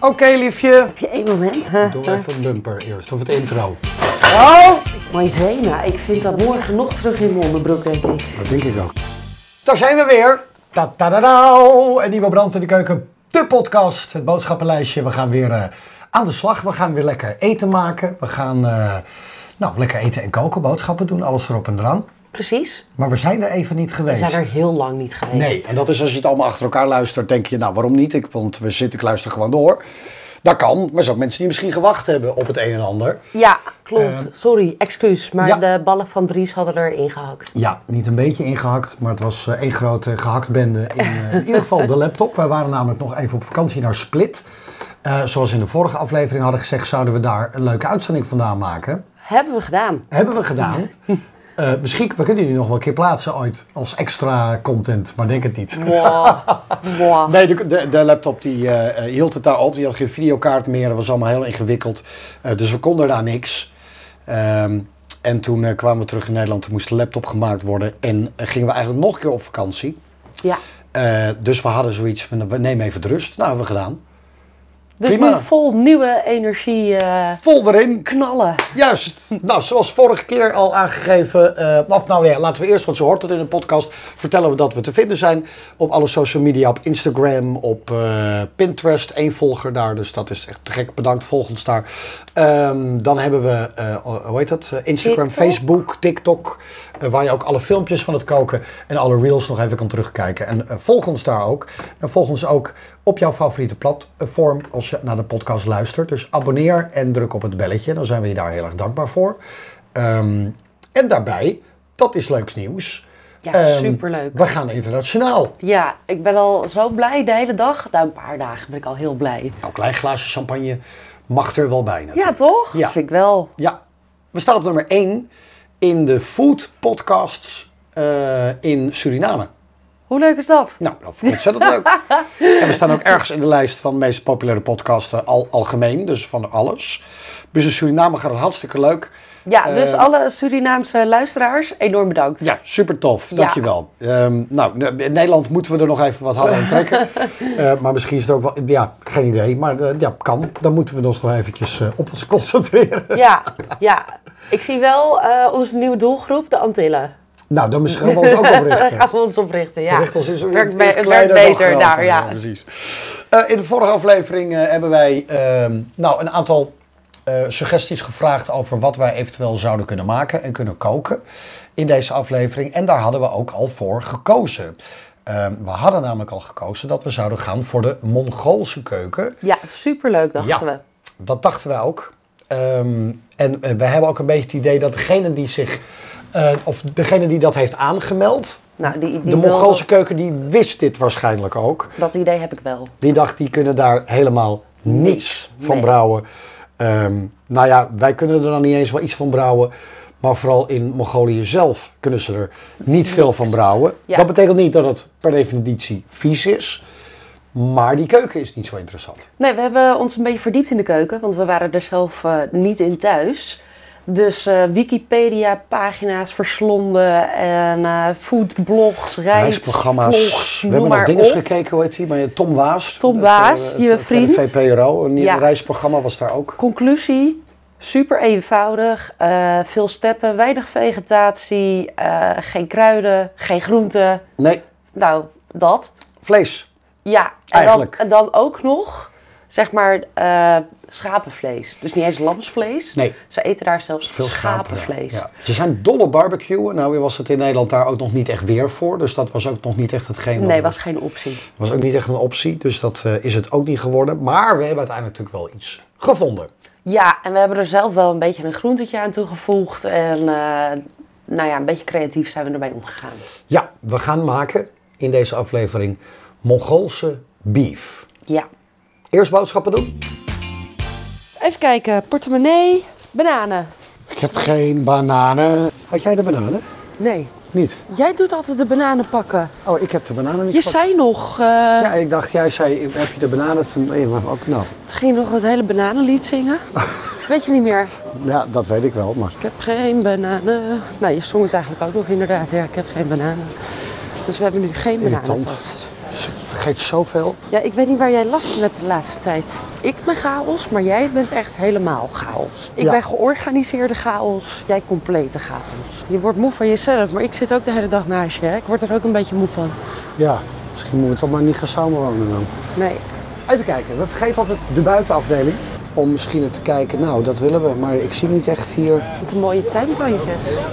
Oké, liefje. Heb je één moment? Huh? Doe even een bumper eerst, of het intro. Nou? Oh! Maizena, ik vind dat morgen nog terug in mijn onderbroek, denk ik. Dat denk ik ook. Daar zijn we weer. ta ta da dau. En nieuwe brand in de keuken. De podcast, het boodschappenlijstje. We gaan weer eh, aan de slag. We gaan weer lekker eten maken. We gaan eh, nou, lekker eten en koken, boodschappen doen, alles erop en eraan. Precies. Maar we zijn er even niet We geweest. zijn er heel lang niet geweest. Nee, en dat is als je het allemaal achter elkaar luistert, denk je, nou waarom niet? Ik, want we zitten, ik luister gewoon door. Dat kan, maar er zijn ook mensen die misschien gewacht hebben op het een en ander. Ja, klopt. Sorry, excuus. Maar Ehm, ja. de ballen van Dries hadden erin gehakt. Ja, niet een beetje ingehakt, maar het was eh, één grote gehaktbende in, eh, in ieder geval de laptop. Wij waren namelijk nog even op vakantie naar Split. Eh, zoals in de vorige aflevering hadden gezegd, zouden we daar een leuke uitzending vandaan maken. Hebben we gedaan. Hebben we gedaan. Eh, misschien, we kunnen die nog wel een keer plaatsen ooit als extra content, maar denk het niet. Wow. wow. Nee, de, de, de laptop die, eh, eh, hield het daar op. Die had geen videokaart meer. Dat was allemaal heel ingewikkeld. Eh, dus we konden daar niks. Ehm, en toen eh, kwamen we terug in Nederland. Toen moest de laptop gemaakt worden. En eh, gingen we eigenlijk nog een keer op vakantie. Ja. Eh, dus we hadden zoiets van, we nemen even de rust. Nou, hebben we gedaan. Dus Prima. nu vol nieuwe energie eh, Vol erin. knallen. Juist. Nou, zoals vorige keer al aangegeven. eh of nou ja, laten we eerst, want ze hoort het in de podcast. Vertellen we dat we te vinden zijn op alle social media. Op Instagram, op eh, Pinterest. Eén volger daar, dus dat is echt te gek. Bedankt, volg ons daar. Ehm, dan hebben we, eh, hoe heet dat? Eh, Instagram, TikTok. Facebook, TikTok. eh, waar je ook alle filmpjes van het koken en alle reels nog even kan terugkijken. En eh, volg ons daar ook. En volg ons ook op jouw favoriete platform als je naar de podcast luistert. Dus abonneer en druk op het belletje. Dan zijn we je daar heel erg dankbaar voor. Ehm, en daarbij, dat is leuks nieuws. Ja, Ehm, superleuk. We gaan internationaal. Ja, ik ben al zo blij de hele dag. Na een paar dagen ben ik al heel blij. Nou, een klein glaasje champagne mag er wel bij. Ja, toch? Ja. Vind ik wel. Ja, we staan op nummer 1 in de food podcasts eh, in Suriname. Hoe leuk is dat? Nou, dat vond ik ontzettend leuk. En we staan ook ergens in de lijst van de meest populaire podcasten al, algemeen, dus van alles. Dus in Suriname gaat het hartstikke leuk. Ja, dus Eh, alle Surinaamse luisteraars, enorm bedankt. Ja, super tof. Ja. Dankjewel. Ehm nou, ne- in Nederland moeten we er nog even wat harder aan trekken. Eh, maar misschien is het ook wel... Ja, geen idee. Maar eh, ja, kan. Dan moeten we ons nog eventjes eh, op ons concentreren. Ja, ja. Ik zie wel eh, onze nieuwe doelgroep, de Antillen. Nou, dan misschien gaan we ons ook op Daar richten. gaan we ons op richten, ja. Richt ons eens werkt, iets be- kleiner werkt dan beter groter. daar, ja. precies. Eh, in de vorige aflevering eh, hebben wij ehm, nou, een aantal eh, suggesties gevraagd over wat wij eventueel zouden kunnen maken en kunnen koken in deze aflevering. En daar hadden we ook al voor gekozen. Ehm, we hadden namelijk al gekozen dat we zouden gaan voor de Mongoolse keuken. Ja, superleuk dachten Ja. we. Dat dachten wij ook. Ehm, en eh, we hebben ook een beetje het idee dat degene die zich, eh, of degene die dat heeft aangemeld, Nou, die, die de wil- Mongoolse keuken die wist dit waarschijnlijk ook. Dat idee heb ik wel. Die dacht, die kunnen daar helemaal niets Nee. van brouwen. Ehm, nou ja, wij kunnen er dan niet eens wel iets van brouwen. Maar vooral in Mongolië zelf kunnen ze er niet veel van brouwen. Ja. Dat betekent niet dat het per definitie vies is. Maar die keuken is niet zo interessant. Nee, we hebben ons een beetje verdiept in de keuken, want we waren er zelf eh, niet in thuis. Dus eh, Wikipedia-pagina's verslonden en eh, foodblogs, reis, Reisprogramma's. vlogs, we hebben noem nog maar dingen op. gekeken, hoe heet die? Maar eh, Tom Waas. Tom Het, Waas, eh, je het, eh, vriend. VPRO, een nieuw Ja. reisprogramma was daar ook. Conclusie, super eenvoudig. eh, veel steppen, weinig vegetatie, eh, geen kruiden, geen groenten. Nee, Nou, dat. vlees. Ja, en dan, Eigenlijk. en dan ook nog, zeg maar, eh, schapenvlees. Dus niet eens lamsvlees. Nee. Ze eten daar zelfs Veel schapen, schapenvlees. ja. Ja. Ze zijn dolle barbecuen. Nou, weer was het in Nederland daar ook nog niet echt weer voor. Dus dat was ook nog niet echt hetgeen. wat- Nee, was geen optie. was ook niet echt een optie. Dus dat eh, is het ook niet geworden. Maar we hebben uiteindelijk natuurlijk wel iets gevonden. Ja, en we hebben er zelf wel een beetje een groentetje aan toegevoegd. En eh, nou ja, een beetje creatief zijn we ermee omgegaan. Ja, we gaan maken in deze aflevering Mongoolse beef. Ja. Eerst boodschappen doen. Even kijken, portemonnee, bananen. Ik heb geen bananen. Had jij de bananen? Nee, Niet. jij doet altijd de bananen pakken. Oh, ik heb de bananen niet. Je gepakt. zei nog, eh, Ja, ik dacht, jij zei, heb je de bananen? Toen, nee, maar ook, nou, toen ging je nog het hele bananenlied zingen. Weet je niet meer? ja, dat weet ik wel. Maar Ik heb geen bananen. Nou, je zong het eigenlijk ook nog inderdaad. Ja, ik heb geen bananen. Dus we hebben nu geen Irritant. bananentas. vergeet zoveel. Ja, ik weet niet waar jij last van hebt de laatste tijd. Ik ben chaos, maar jij bent echt helemaal chaos. Ik Ja. ben georganiseerde chaos, jij complete chaos. Je wordt moe van jezelf, maar ik zit ook de hele dag naast je. Hè? Ik word er ook een beetje moe van. Ja, misschien moeten we toch maar niet gaan samenwonen dan. Nee. Even kijken, we vergeten altijd de buitenafdeling. Om misschien te kijken, nou dat willen we, maar ik zie niet echt hier. Wat een mooie tuinplantjes.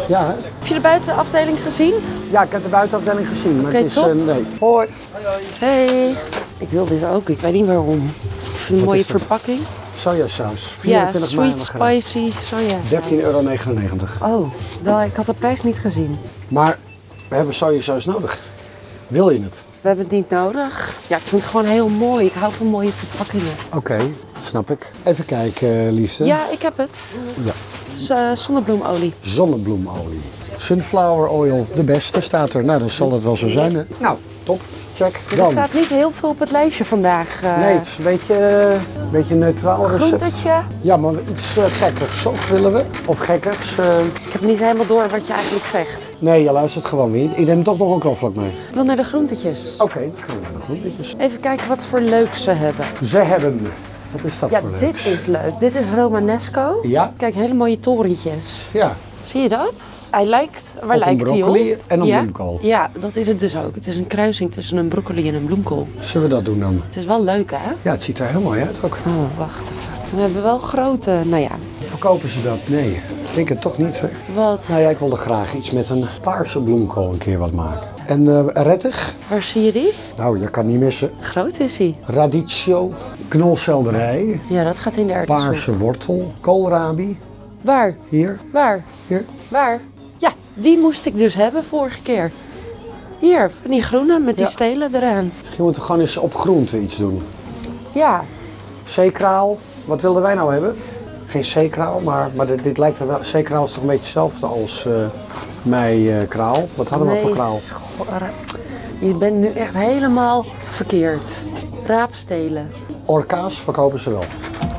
Ja, hè? Heb je de buitenafdeling gezien? ja ik heb de buitenafdeling gezien, maar Oké, het is... top. eh, nee. Hoi. Hey. Ik wil dit ook, ik weet niet waarom. Ik vind het een mooie is dat? verpakking. Sojasaus, Ja, 24 mei sweet hebben we gedaan. spicy soja. 13,99 euro. Oh, dat, ik had de prijs niet gezien. Maar we hebben sojasaus nodig. Wil je het? We hebben het niet nodig. Ja, ik vind het gewoon heel mooi. Ik hou van mooie verpakkingen. Oké. Snap ik. Even kijken, eh, liefste. Ja, ik heb het. Ja. Z- eh, zonnebloemolie. Zonnebloemolie. Sunflower oil, de beste staat er. Nou, dan zal het wel zo zijn. Hè? Nou, top. Check. Er Dan. staat niet heel veel op het lijstje vandaag. eh. Nee, het is een beetje, eh, een beetje een neutraal recept. Groentetje. Ja, maar iets eh, gekkers, toch willen we? Of gekkers? eh, Ik heb niet helemaal door wat je eigenlijk zegt. Nee, je luistert gewoon weer. niet. Ik neem toch nog een knoflook mee. Ik wil naar de groentetjes. Oké, dan gaan we naar de groentetjes. Even kijken wat voor leuk ze hebben. Ze hebben... Wat is dat Ja, voor leuk? dit is leuk. Dit is Romanesco. Ja, Kijk, hele mooie torentjes. ja. Zie je dat? Hij lijkt, waar Op een lijkt hij broccoli op? en een ja? bloemkool. Ja, dat is het dus ook. Het is een kruising tussen een broccoli en een bloemkool. Zullen we dat doen dan? Het is wel leuk, hè? Ja, het ziet er heel mooi uit ook. Oh, wacht even. We hebben wel grote, nou ja, Verkopen ze dat? Nee, ik denk het toch niet. Hè? wat? Nou ja, ik wilde graag iets met een paarse bloemkool een keer wat maken. En eh, rettig? Waar zie je die? Nou, je kan niet missen. Groot is hij. Radicchio, knolselderij, Ja, dat gaat in de erwtensoep. paarse wortel, koolrabi. Waar? Hier, Waar? hier. Waar? Ja, die moest ik dus hebben vorige keer. Hier, van die groene met die Ja. stelen eraan. Misschien moeten we gewoon eens op groente iets doen. Ja, Zeekraal, wat wilden wij nou hebben? Geen zeekraal, maar, maar dit, dit lijkt er wel. Zeekraal is toch een beetje hetzelfde als eh mijn eh kraal. Wat hadden we voor kraal? schorre. Je bent nu echt helemaal verkeerd. Raapstelen. Orka's verkopen ze wel.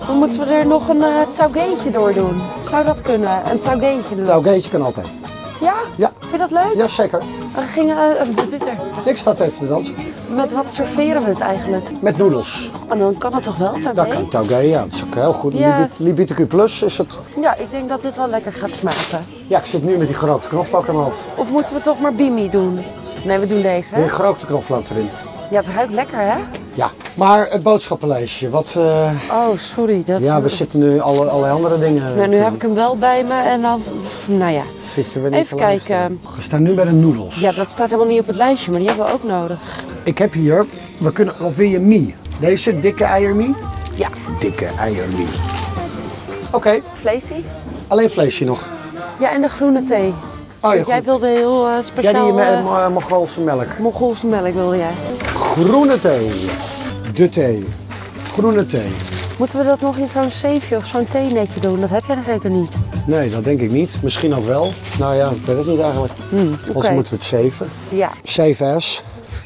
Dan moeten we er nog een eh taugeetje door doen. Zou dat kunnen? Een taugeetje doen? Taugeetje kan altijd. Ja? Ja. Vind je dat leuk? Jazeker. We gingen... eh, eh, dit is er. Ik sta even te dansen. Met wat serveren we het eigenlijk? Met noedels. En Oh, dan kan het toch wel, Dat kan taugé? Taugé, ja. Dat is ook heel goed. Ja. Libi- LibiTQ plus is het. Ja, ik denk dat dit wel lekker gaat smaken. Ja, ik zit nu met die gerookte knoflook in mijn hoofd. Of moeten we toch maar bimi doen? Nee, we doen deze, hè? Die gerookte knoflook erin. Ja, het ruikt lekker, hè? Ja, maar het boodschappenlijstje. Wat, eh, Oh, sorry. Dat... ja, we zitten nu alle, alle andere dingen. Nou, nu te- heb ik hem wel bij me en dan... Nou ja. zitten we niet even te luisteren. kijken. We staan nu bij de noedels. Ja, dat staat helemaal niet op het lijstje, maar die hebben we ook nodig. Ik heb hier, we kunnen, of wil je mie? Deze dikke eiermie? Ja. Dikke eiermie. Oké, Vleesie? alleen vleesje nog. Oh, Ja, en de groene thee. Want ja, Oh, Dus jij goed. wilde heel eh, Jij speciaal... die eh, met Mongoolse melk. Mongoolse melk wilde jij. Groene thee. De thee. Groene thee. Moeten we dat nog in zo'n zeefje of zo'n theenetje doen? Dat heb jij dan zeker niet. Nee, dat denk ik niet. Misschien ook wel. Nou ja, ik weet het niet eigenlijk. Anders Hmm, oké. moeten we het zeven. Ja. Zeven S.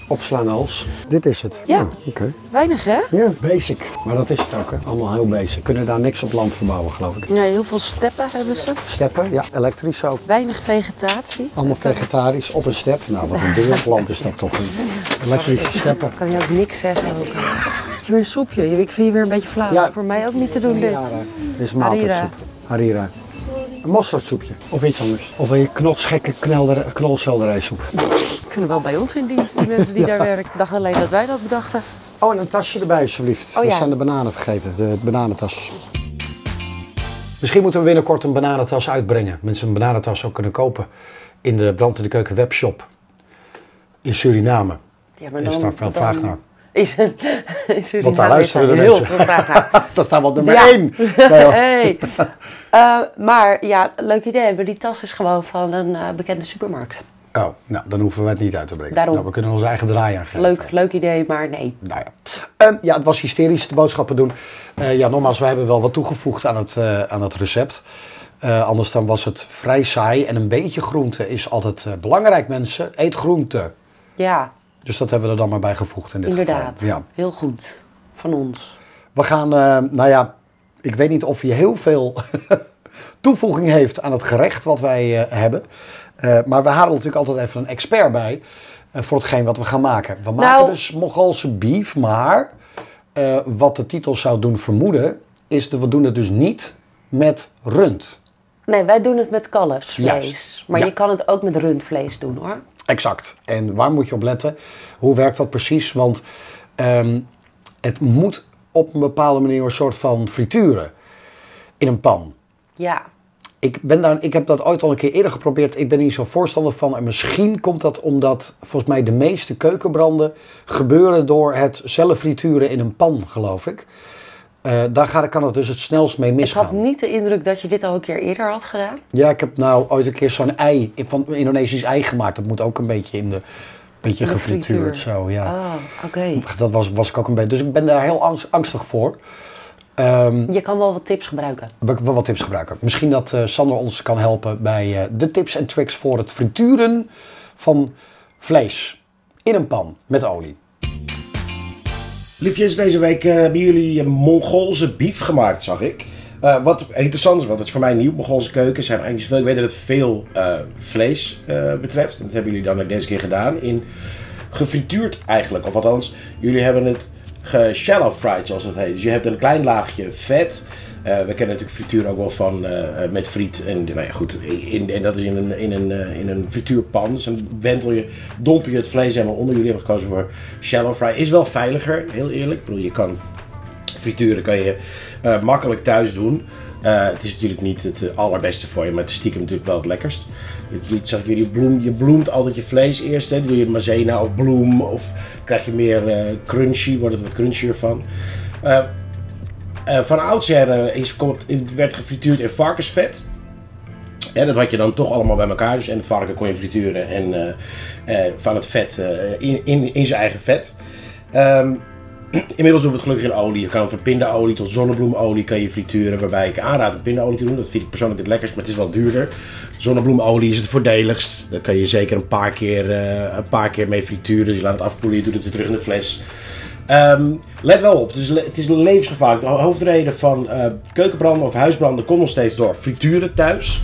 Opslaan als. Dit is het. Ah, Ja. Oké. Weinig, hè? Ja, basic. Maar dat is het ook, hè? Allemaal heel basic. Kunnen daar niks op land verbouwen, geloof ik. Ja, heel veel steppen hebben ze. Steppen, ja, elektrisch ook. Weinig vegetatie. Allemaal vegetarisch op een step. Nou, wat een ding land is dat toch? Elektrische steppen. Kan je ook niks zeggen. Ook. Het is weer een soepje. Ik vind je weer een beetje flauw. Ja. Voor mij ook niet te doen dit. Harira. Dit is maaltijdsoep. Harira. Een mosterdsoepje. Of iets anders. Of een knotsgekke knelder- knolselderijsoep. Kunnen wel bij ons in dienst, die mensen die daar werken. Ik dacht alleen dat wij dat bedachten. Oh, en een tasje erbij, alsjeblieft. Oh, We ja. zijn de bananen vergeten, de bananentas. Misschien moeten we binnenkort een bananentas uitbrengen. Mensen een bananentas ook kunnen kopen in de Brand in de Keuken webshop in Suriname. Ja, maar Er is daar veel vraag naar. Is, is jullie Want daar luisteren de heel mensen. veel vraag naar. Dat staat wel nummer Ja. één. Nee, hoor. Hey. Eh, maar ja, leuk idee. Maar die tas is gewoon van een eh, bekende supermarkt. Oh, nou, dan hoeven we het niet uit te brengen. Daarom. Nou, we kunnen onze eigen draai aan geven. Leuk, leuk idee, maar nee. Nou ja. Ehm, ja, het was hysterisch, de boodschappen doen. Eh, ja, nogmaals, wij hebben wel wat toegevoegd aan het, eh, aan het recept. Eh, anders dan was het vrij saai. En een beetje groente is altijd eh, belangrijk, mensen. Eet groente. Ja, Dus dat hebben we er dan maar bij gevoegd in dit inderdaad. geval. Ja. Heel goed. Van ons. We gaan, eh, nou ja, ik weet niet of je heel veel toevoeging heeft aan het gerecht wat wij eh, hebben. Eh, maar we halen natuurlijk altijd even een expert bij. Eh, eh, voor hetgeen wat we gaan maken. We Nou- maken dus Mongoolse beef, maar eh, wat de titel zou doen vermoeden, is dat we doen het dus niet met rund. Nee, wij doen het met kalfsvlees. Juist, Maar ja. je kan het ook met rundvlees doen hoor. Exact. En waar moet je op letten? Hoe werkt dat precies? Want ehm, het moet op een bepaalde manier een soort van frituren in een pan. Ja. Ik, ben daar, ik heb dat ooit al een keer eerder geprobeerd. Ik ben hier zo'n voorstander van. En misschien komt dat omdat volgens mij de meeste keukenbranden gebeuren door het zelf frituren in een pan, geloof ik. Eh, daar gaat, kan het dus het snelst mee Ik had misgaan. niet de indruk dat je dit al een keer eerder had gedaan. Ja, ik heb nou ooit een keer zo'n ei in- van Indonesisch ei gemaakt. Dat moet ook een beetje in de beetje In de gefrituurd frituur. zo, ja. Oh, oké. Dat was, was ik ook een beetje. Dus ik ben daar heel angst- angstig voor. Ehm Je kan wel wat tips gebruiken. wil ik wel wat tips gebruiken. Misschien dat eh, Sander ons kan helpen bij eh, de tips en tricks voor het frituren van vlees in een pan met olie. Liefjes, deze week eh, hebben jullie een Mongoolse bief gemaakt, zag ik. Eh, wat interessant is, want het is voor mij nieuw. Mongoolse keukens zijn eigenlijk zoveel. Ik weet dat het veel eh, vlees eh, betreft. Dat hebben jullie dan ook deze keer gedaan. In gefrituurd eigenlijk. Of althans, jullie hebben het ge-shallow fried, zoals dat heet. Dus je hebt een klein laagje vet. Eh, we kennen natuurlijk frituur ook wel van eh, eh, met friet. En nou ja, goed, in, en dat is in een, in, een, eh, in een frituurpan. Dus dan wentel je, domp je het vlees helemaal onder. Jullie hebben gekozen voor shallow fry. Is wel veiliger, heel eerlijk. Ik bedoel, je kan frituren kan je eh, makkelijk thuis doen. Eh, het is natuurlijk niet het eh, allerbeste voor je, maar het is stiekem natuurlijk wel het lekkerst. Je- Je, zag jullie bloem, je bloemt altijd je vlees eerst. Hè? Doe je mazena of bloem of krijg je meer eh, crunchy, wordt het wat crunchier van. Eh, eh, van oudsher eh, is, komt, werd gefrituurd in varkensvet. En dat had je dan toch allemaal bij elkaar. Dus en het varken kon je frituren en eh, eh, van het vet eh, in, in, in zijn eigen vet. Ehm, Inmiddels doen we het gelukkig in olie. Je kan van pindaolie tot zonnebloemolie kan je frituren. Waarbij ik aanraad om pindaolie te doen. Dat vind ik persoonlijk het lekkerst, maar het is wel duurder. Zonnebloemolie is het voordeligst. Daar kan je zeker een paar keer, eh, een paar keer mee frituren. Dus je laat het afkoelen, je doet het weer terug in de fles. Ehm, let wel op, het is, le- het is levensgevaarlijk. De ho- hoofdreden van eh, keukenbranden of huisbranden komt nog steeds door frituren thuis.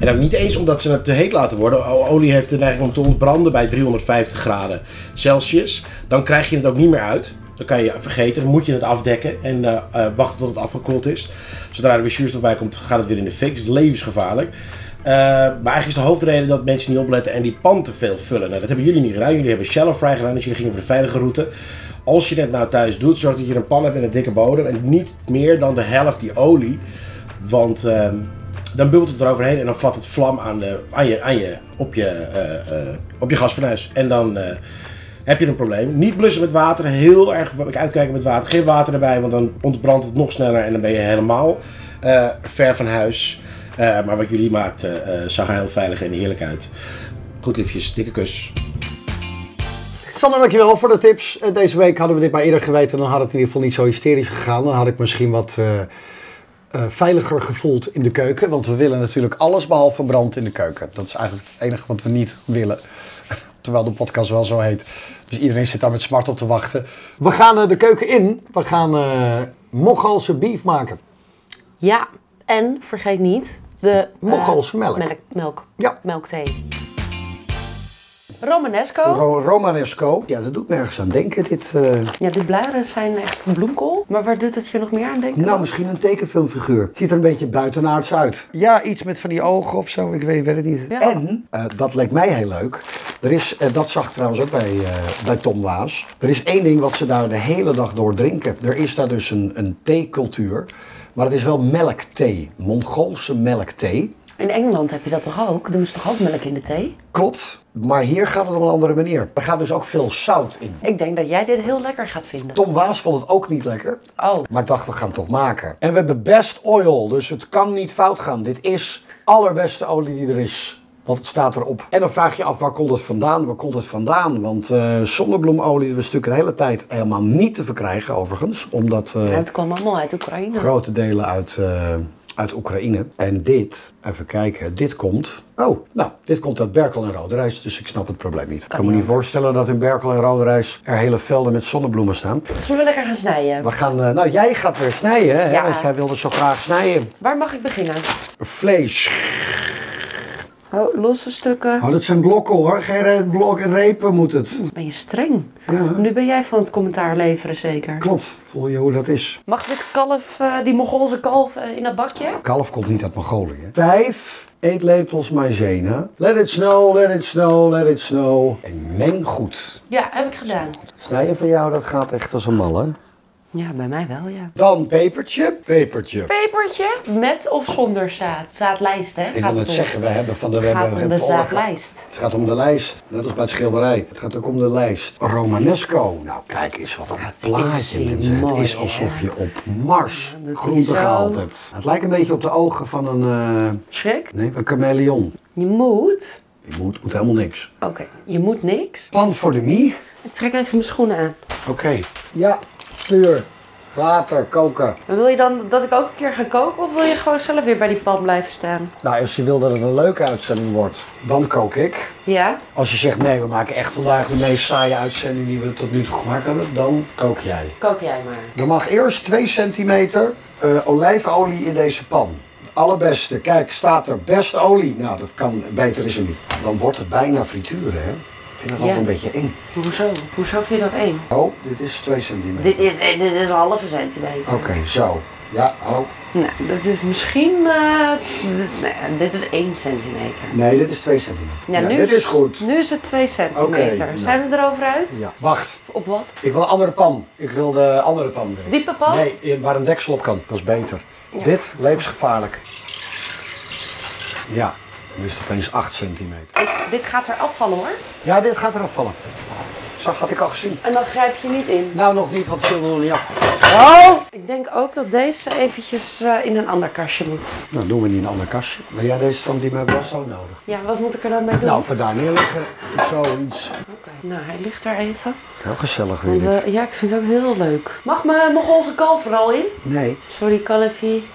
En dan niet eens omdat ze het te heet laten worden. O- Olie heeft de neiging om te ontbranden bij 350 graden Celsius. Dan krijg je het ook niet meer uit. Dan kan je vergeten, dan moet je het afdekken en eh, eh, wachten tot het afgekoeld is. Zodra er weer zuurstof bij komt, gaat het weer in de fik. Het is levensgevaarlijk. Eh, maar eigenlijk is de hoofdreden dat mensen niet opletten en die pan te veel vullen. Nou, dat hebben jullie niet gedaan. Jullie hebben shallow fry gedaan, dus jullie gingen voor de veilige route. Als je dit nou thuis doet, zorg dat je een pan hebt met een dikke bodem en niet meer dan de helft die olie. Want ehm, dan bult het eroverheen en dan vat het vlam aan, de, aan je, aan je, op, je, eh, eh, op je gasfornuis. En dan eh, heb je een probleem. Niet blussen met water, heel erg uitkijken met water. Geen water erbij, want dan ontbrandt het nog sneller en dan ben je helemaal eh, ver van huis. Eh, maar wat jullie maakten eh, zag er heel veilig en heerlijk uit. Goed liefjes, dikke kus. Sander, dankjewel voor de tips. Eh, Deze week hadden we dit maar eerder geweten. Dan had het in ieder geval niet zo hysterisch gegaan. Dan had ik misschien wat eh, eh, veiliger gevoeld in de keuken. Want we willen natuurlijk alles behalve brand in de keuken. Dat is eigenlijk het enige wat we niet willen. Terwijl de podcast wel zo heet. Dus iedereen zit daar met smart op te wachten. We gaan eh, de keuken in. We gaan eh Mongoolse beef maken. Ja, en vergeet niet de... Mongoolse eh, melk. melk. Melk. Ja. Melkthee. Romanesco. Ro- Romanesco. Ja, dat doet me ergens aan denken. Dit, eh, ja, die bladeren zijn echt bloemkool. Maar waar doet het je nog meer aan denken? Nou, misschien een tekenfilmfiguur. Ziet er een beetje buitenaards uit. Ja, iets met van die ogen of zo. Ik weet, weet het niet. Ja. En, eh, dat leek mij heel leuk. Er is, eh, dat zag ik trouwens ook bij, eh, bij Tom Waas. Er is één ding wat ze daar de hele dag door drinken. Er is daar dus een, een theecultuur. Maar het is wel melkthee. Mongoolse melkthee. In Engeland heb je dat toch ook? Doen ze toch ook melk in de thee? Klopt. Maar hier gaat het op een andere manier. Er gaat dus ook veel zout in. Ik denk dat jij dit heel lekker gaat vinden. Tom Waas vond het ook niet lekker. Oh, Maar ik dacht, we gaan het toch maken. En we hebben best oil, dus het kan niet fout gaan. Dit is allerbeste olie die er is. Want het staat erop. En dan vraag je af, waar komt het vandaan? Waar komt het vandaan? Want eh zonnebloemolie was natuurlijk de hele tijd helemaal niet te verkrijgen, overigens. Omdat eh, het kwam allemaal uit Oekraïne. grote delen uit, eh, uit Oekraïne. En dit, even kijken, dit komt... Oh, nou, dit komt uit Berkel en Roderijs, dus ik snap het probleem niet. Ik kan me niet voorstellen dat in Berkel en Roderijs er hele velden met zonnebloemen staan. Zullen we lekker gaan snijden? We gaan, eh, nou jij gaat weer snijden, hè? Ja. Want jij wilde zo graag snijden. Waar mag ik beginnen? Vlees. Oh, losse stukken. Oh, dat zijn blokken hoor. Geen re- blok, repen moet het. Ben je streng? Ja, Nu ben jij van het commentaar leveren zeker. klopt. Voel je hoe dat is? Mag dit kalf, eh, die Mongoolse kalf, eh, in dat bakje? Kalf komt niet uit Mongolië. Vijf eetlepels maizena. Let it snow, let it snow, let it snow. En meng goed. Ja, heb ik gedaan. Snijden van jou, dat gaat echt als een malle. Ja, bij mij wel, ja. Dan pepertje. Pepertje. Pepertje met of zonder zaad? Zaadlijst, hè? Ik wil het zeggen, we hebben van de... we Het gaat hebben- om de we hebben- zaadlijst. Het gaat om de lijst, net als bij het schilderij. Het gaat ook om de lijst. Romanesco. Nou, kijk eens wat een is plaatje. hier mensen. Het mooi, is hè? alsof je op Mars dat is groente zo. gehaald hebt. Het lijkt een beetje op de ogen van een, eh, Schrik? nee, een chameleon. Je moet... Je moet, moet helemaal niks. Oké, je moet niks. Pan voor de mie. Ik trek even mijn schoenen aan. Oké. Ja, vuur, water, koken. Wil je dan dat ik ook een keer ga koken of wil je gewoon zelf weer bij die pan blijven staan? Nou, als je wil dat het een leuke uitzending wordt, dan kook ik. Ja? Als je zegt, nee, we maken echt vandaag de meest saaie uitzending die we tot nu toe gemaakt hebben, dan kook jij. Kook jij maar. Er mag eerst 2 centimeter eh, olijfolie in deze pan. De Allerbeste, kijk, staat er best olie. Nou, dat kan, beter is er niet. Dan wordt het bijna frituren, hè? Ik vind dat Ja. altijd een beetje eng. Hoezo? Hoezo vind je dat één? Oh, dit is 2 centimeter. Dit is, dit is een halve centimeter. Oké, zo. Ja, oh. Nou, dat is misschien... eh, dit, is, nee, dit is één centimeter. Nee, dit is 2 centimeter. Ja, nu dus- dit is goed. Nu is het 2 centimeter. Oké, nou. Zijn we erover uit? Ja, wacht. Op wat? Ik wil een andere pan. Ik wil de andere pan weer. Diepe pan? Nee, in- waar een deksel op kan. Dat is beter. Ja. Dit, levensgevaarlijk. Ja, nu is het opeens 8 centimeter. Ik- dit gaat er afvallen hoor. Ja, dit gaat eraf vallen. Zo had ik al gezien. En dan grijp je niet in. Nou, nog niet, want het viel nog niet af. Oh! Ik denk ook dat deze eventjes eh, in een ander kastje moet. Nou, doen we niet een ander kastje. Wil jij deze stand die mij wel zo nodig? Ja, wat moet ik er dan mee doen? Nou, voor daar neerleggen. Zoiets. Oké. nou hij ligt er even. Heel gezellig weer Want, dit. eh, ja, ik vind het ook heel leuk. Mag mijn Mongoolse kalf er al in? Nee. Sorry, kalfie.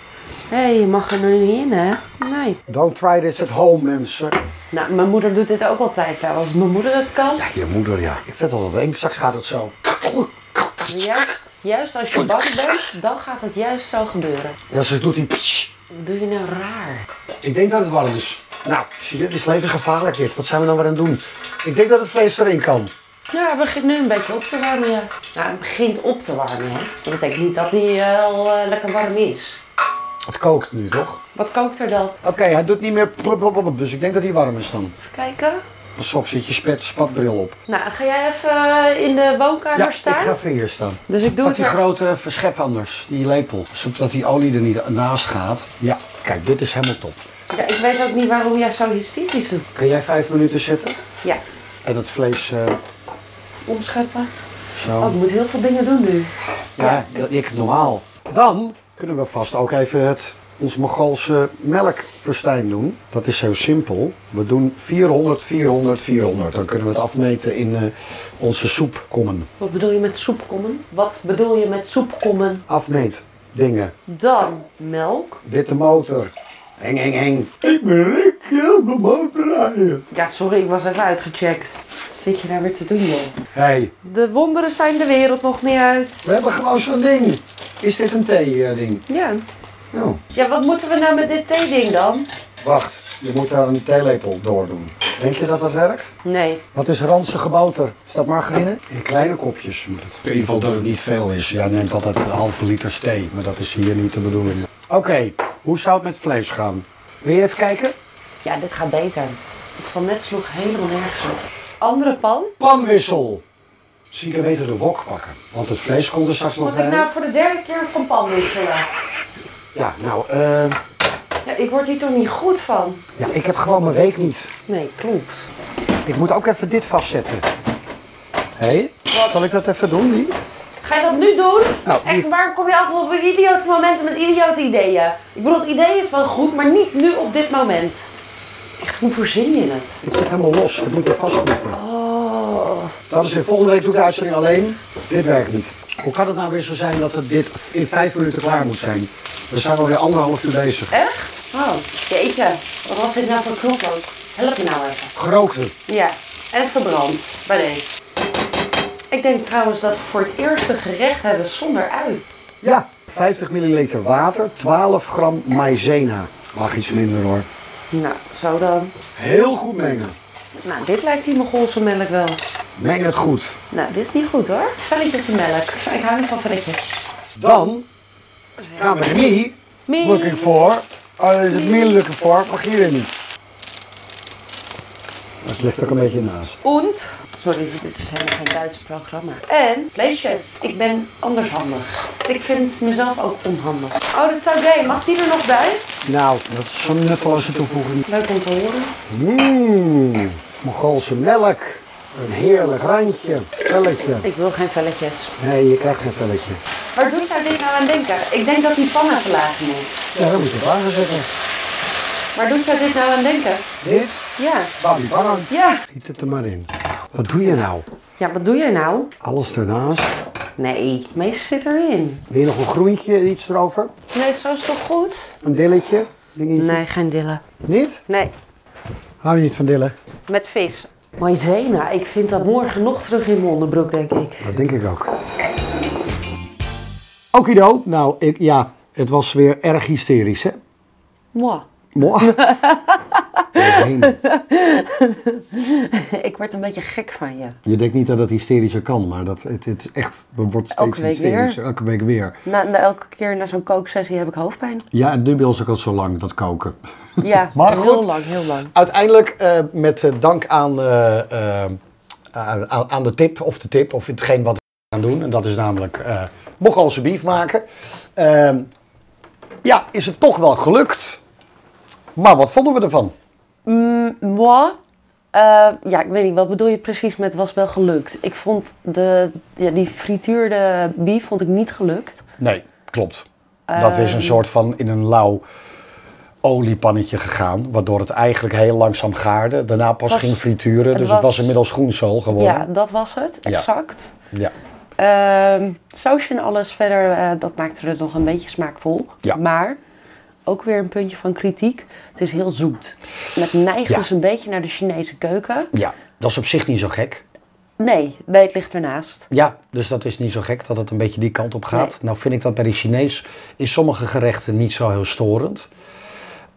Hé, hey, je mag er nu niet in, hè? Nee. Don't try this at home, mensen. Nou, mijn moeder doet dit ook altijd. Ja, als mijn moeder het kan. Ja, je moeder, ja. Ik vind dat altijd eng. Straks gaat het zo. Juist, juist als je bang bent, dan gaat het juist zo gebeuren. Ja, ze doet die... pssch. Wat doe je nou raar? Ik denk dat het warm is. Nou, zie, dit is levensgevaarlijk dit. Wat zijn we nou weer aan het doen? Ik denk dat het vlees erin kan. Ja, hij begint nu een beetje op te warmen, ja. Nou, het begint op te warmen, hè. Dat betekent niet dat hij eh, al eh, lekker warm is. Het kookt nu, toch? Wat kookt er dan? Oké, hij doet niet meer... plop, plop, plop, Dus ik denk dat hij warm is dan. Even kijken. Pas op, zit je spet, spatbril op. Nou, ga jij even eh, in de woonkamer Ja, staan? ik ga even hier staan. Dus ik doe Pak het die er... grote verschep anders, die lepel. Zodat die olie er niet naast gaat. Ja, kijk, dit is helemaal top. Ja, ik weet ook niet waarom jij zo hysterisch doet. Kun jij vijf minuten zitten? Ja, En het vlees eh, omscheppen. zo. Oh, ik moet heel veel dingen doen nu. ja, dat ik normaal. Dan kunnen we vast ook even het, ons Mongoolse melkverstijn doen. Dat is heel simpel. We doen 400, 400, 400. Dan kunnen we het afmeten in eh, onze soepkommen. Wat bedoel je met soepkommen? Wat bedoel je met soepkommen? Afmeet dingen. Dan melk. Witte motor. Heng, heng, heng. Ik ben Rick, ja, mijn motor rijden. Ja, sorry, ik was even uitgecheckt. Wat zit je nou weer te doen, joh? Hé, hey, De wonderen zijn de wereld nog niet uit. we hebben gewoon zo'n ding. Is dit een thee-ding? Ja. Nou, Ja, wat moeten we nou met dit theeding dan? wacht. Je moet daar een theelepel door doen. Denk je dat dat werkt? Nee. Wat is ranzige boter? Is dat margarine? In kleine kopjes moet het. In ieder geval dat het niet veel is. Jij neemt altijd een halve liter thee, maar dat is hier niet de bedoeling. Oké, hoe zou het met vlees gaan? Wil je even kijken? Ja, dit gaat beter. Het van net sloeg helemaal nergens op. Andere pan? Panwissel! Zie ik beter de wok pakken, want het vlees komt er straks nog Moet ik bij. nou voor de derde keer van pan wisselen? Ja, nou, eh, Ja, ik word hier toch niet goed van? ja, ik heb gewoon mijn week niet. Nee, klopt. Ik moet ook even dit vastzetten. Hé, zal ik dat even doen? Die? Ga je dat nu doen? Nou, Echt, hier- waarom kom je altijd op idiote momenten met idiote ideeën? Ik bedoel, het idee is wel goed, maar niet nu op dit moment. Echt, hoe verzin je het? Het zit helemaal los, dat moet je vastgroeven. Oh. Dames en heren, volgende week doe ik de uitzending alleen. Dit werkt niet. Hoe kan het nou weer zo zijn dat het dit in vijf minuten klaar moet zijn? We zijn alweer anderhalf uur bezig. Echt? Oh, jeetje. Wat was dit nou voor knop ook? Help me nou even. Grote. Ja, en verbrand bij deze. Ik denk trouwens dat we voor het eerst een gerecht hebben zonder ui. Ja, 50 milliliter water, 12 gram maizena. Mag iets minder hoor. Nou, zo dan. Heel goed mengen. Nou, dit lijkt die Mongoolse melk wel. Meng het goed. Nou, dit is niet goed hoor. Velletjes de melk. Ik hou niet van velletjes. Dan gaan we niet Mee. looking for. Oh, is het meer looking for? Mag hier weer niet. Het ligt ook een beetje naast. Und. Sorry, dit is helemaal geen Duits programma. En vleesjes. Ik ben anders handig. Ik vind mezelf ook onhandig. Oh, dat zou gay. Mag die er nog bij? Nou, dat is zo'n nutteloze toevoeging. Leuk om te horen. Mmm, Mongoolse melk. Een heerlijk randje. Velletje. Ik wil geen velletjes. Nee, je krijgt geen velletje. Waar doet nou dit nou aan denken? Ik denk dat die panna verlagen moet. Ja, dan moet je het aanzetten. Waar doet jou dit nou aan denken? Dit, Ja. babi barang. Ja. Giet het er maar in. Wat doe je nou? Ja, wat doe jij nou? Alles ernaast. Nee, het meeste zit erin. Wil je nog een groentje, iets erover? Nee, zo is het toch goed? Een dilletje? Dingetje? Nee, geen dillen. Niet? Nee, Hou je niet van dillen? met vis. Maizena, ik vind dat morgen nog terug in mijn onderbroek, denk ik. Dat denk ik ook. Okido, nou ik, ja, het was weer erg hysterisch hè. Mwah. Mooi. Ik word een beetje gek van je. Je denkt niet dat het hysterischer kan, maar dat, het, het is echt, het wordt steeds Elke week weer. hysterischer. Elke week weer. Na, na elke keer na zo'n kooksessie heb ik hoofdpijn. Ja, het duurt bij ons ook al zo lang, dat koken. Ja, Maar heel goed. lang, heel lang. Uiteindelijk, eh, met eh, dank aan, eh, eh, aan- aan de tip, of de tip, of hetgeen wat we gaan doen. En dat is namelijk eh Mongoolse bief maken. Ehm, ja, is het toch wel gelukt. Maar wat vonden we ervan? Moi? Eh, ja, ik weet niet, wat bedoel je precies met was wel gelukt? Ik vond de, ja, die frituurde bief vond ik niet gelukt. Nee, klopt. Dat is een soort van in een lauw oliepannetje gegaan, waardoor het eigenlijk heel langzaam gaarde. Daarna pas Was- ging frituren, het dus het was was- inmiddels groenzool geworden. Ja, dat was het, Ja. exact. ja. Ehm sausje en alles verder, eh, dat maakte het nog een beetje smaakvol. Ja. Maar ook weer een puntje van kritiek. Het is heel zoet. En het neigt Ja. dus een beetje naar de Chinese keuken. Ja, dat is op zich niet zo gek. Nee, nee, het ligt ernaast. Ja, dus dat is niet zo gek dat het een beetje die kant op gaat. Nee. Nou vind ik dat bij de Chinees in sommige gerechten niet zo heel storend.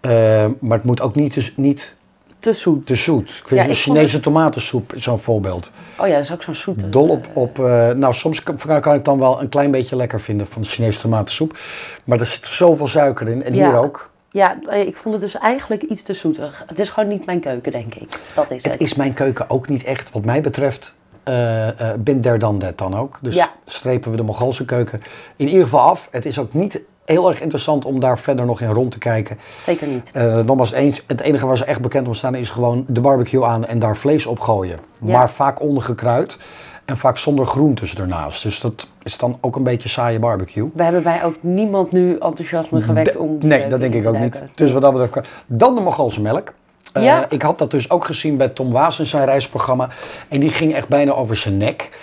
Eh, maar het moet ook niet te, niet Te zoet. te zoet. Ik vind Ja, een ik vond Chinese tomatensoep zo'n voorbeeld. Oh ja, dat is ook zo'n zoete. Dol op, op eh, nou soms kan, kan ik het dan wel een klein beetje lekker vinden van de Chinese tomatensoep. Maar er zit zoveel suiker in en Ja. hier ook. Ja, eh, ik vond het dus eigenlijk iets te zoetig. Het is gewoon niet mijn keuken, denk ik. Dat is het. Het is mijn keuken ook niet echt, wat mij betreft, eh eh bin der dan dat dan ook. Dus Ja. strepen we de Mongoolse keuken in ieder geval af. Het is ook niet heel erg interessant om daar verder nog in rond te kijken. Zeker niet. Eh, nogmaals, eens, het enige waar ze echt bekend om staan is gewoon de barbecue aan en daar vlees op gooien. Ja. Maar vaak ondergekruid en vaak zonder groentes ernaast. Dus dat is dan ook een beetje saaie barbecue. We hebben bij ook niemand nu enthousiasme gewekt om. die nee, keuken dat denk in ik te ook niet. duiken. Dus wat dat betreft. kan- Dan de Mongoolse melk. Eh, Ja. Ik had dat dus ook gezien bij Tom Waas in zijn reisprogramma. En die ging echt bijna over zijn nek.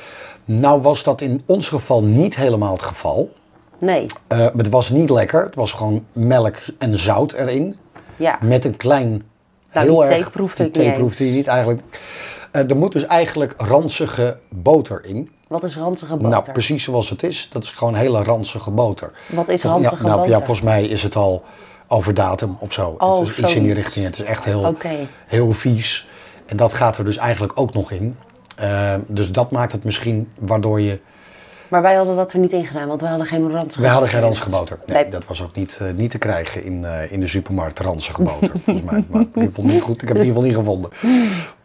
Nou was dat in ons geval niet helemaal het geval. Nee, Eh, het was niet lekker. Het was gewoon melk en zout erin. ja. Met een klein, Nou, heel die erg... thee proefde die ik niet thee eens. proefde je niet eigenlijk. Eh, er moet dus eigenlijk ranzige boter in. Wat is ranzige boter? Nou, precies zoals het is. Dat is gewoon hele ranzige boter. Wat is Toch- ranzige ja, nou, boter? Ja, volgens mij is het al over datum of zo. Oh, het is iets in die zoiets. richting. Het is echt heel, Oké. heel vies. En dat gaat er dus eigenlijk ook nog in. Eh, dus dat maakt het misschien waardoor je... Maar wij hadden dat er niet in gedaan, want we hadden geen ranzige We hadden geen boter. ranzige boter. Nee, Nee. dat was ook niet, eh, niet te krijgen in, eh, in de supermarkt, ranzige boter. volgens mij. Maar in ieder geval niet goed. Ik heb het in ieder geval niet gevonden.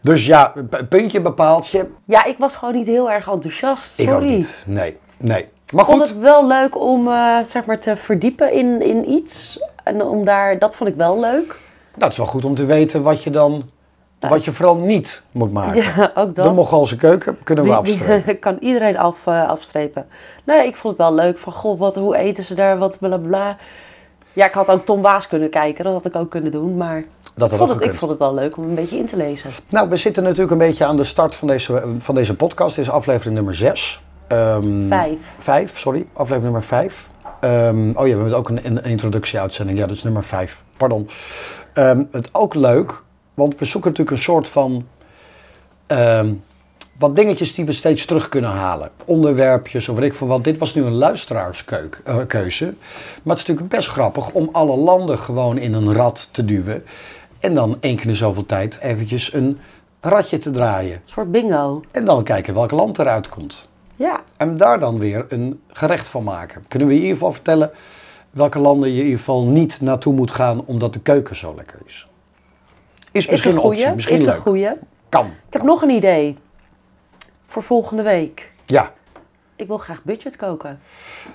Dus ja, p- puntje bepaaltje. Ja, ik was gewoon niet heel erg enthousiast. Ik Sorry. ook niet. Nee, nee. Maar Ik vond goed, het wel leuk om eh, zeg maar te verdiepen in, in iets. En om daar, dat vond ik wel leuk. dat nou, is wel goed om te weten wat je dan... Wat je vooral niet moet maken. Nou, Ja, ook dat. De Mongoolse keuken kunnen we Die- die afstrepen. kan iedereen af, eh, afstrepen. Nou ja, ik vond het wel leuk. Van, goh, wat, hoe eten ze daar, wat bla bla. Ja, ik had ook Tom Waas kunnen kijken. Dat had ik ook kunnen doen. Maar had ik, ook vond het, ik gekund. vond het wel leuk om een beetje in te lezen. Nou, we zitten natuurlijk een beetje aan de start van deze, van deze podcast. Dit is aflevering nummer Ehm, 6. Vijf. Vijf, sorry. Aflevering nummer vijf. Ehm, oh ja, we hebben ook een, een introductie-uitzending. Ja, dat is nummer vijf. Pardon. Ehm, het ook leuk, want we zoeken natuurlijk een soort van... ehm, wat dingetjes die we steeds terug kunnen halen. Onderwerpjes of weet ik veel wat. Dit was nu een eh, luisteraarskeuze. Maar het is natuurlijk best grappig om alle landen gewoon in een rad te duwen. En dan één keer in de zoveel tijd eventjes een ratje te draaien. Een soort bingo. En dan kijken welk land eruit komt. Ja. En daar dan weer een gerecht van maken. Kunnen we in ieder geval vertellen welke landen je in ieder geval niet naartoe moet gaan omdat de keuken zo lekker is. Is Is misschien een een goeie. optie, misschien is leuk. een goeie. Ik Kan. heb nog een idee. Voor volgende week. Ja, Ik wil graag budget koken.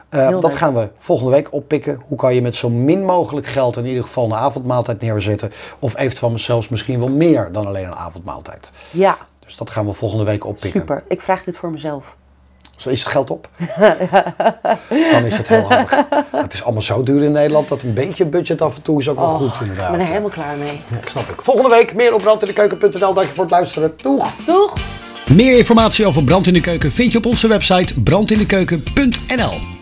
Eh, Heel dat leuk. gaan we volgende week oppikken. Hoe kan je met zo min mogelijk geld in ieder geval een avondmaaltijd neerzetten? Of eventueel zelfs misschien wel meer dan alleen een avondmaaltijd. Ja, Dus dat gaan we volgende week oppikken. super. Ik vraag dit voor mezelf. Zo Is het geld op? Dan is het heel handig. Het is allemaal zo duur in Nederland dat een beetje budget af en toe is ook wel goed Ik ben er inderdaad. helemaal klaar mee. Ja, snap ik. Volgende week meer op brandindekeuken.nl. Dank je voor het luisteren. Doeg! Doeg! Meer informatie over Brand in de Keuken vind je op onze website brandindekeuken.nl.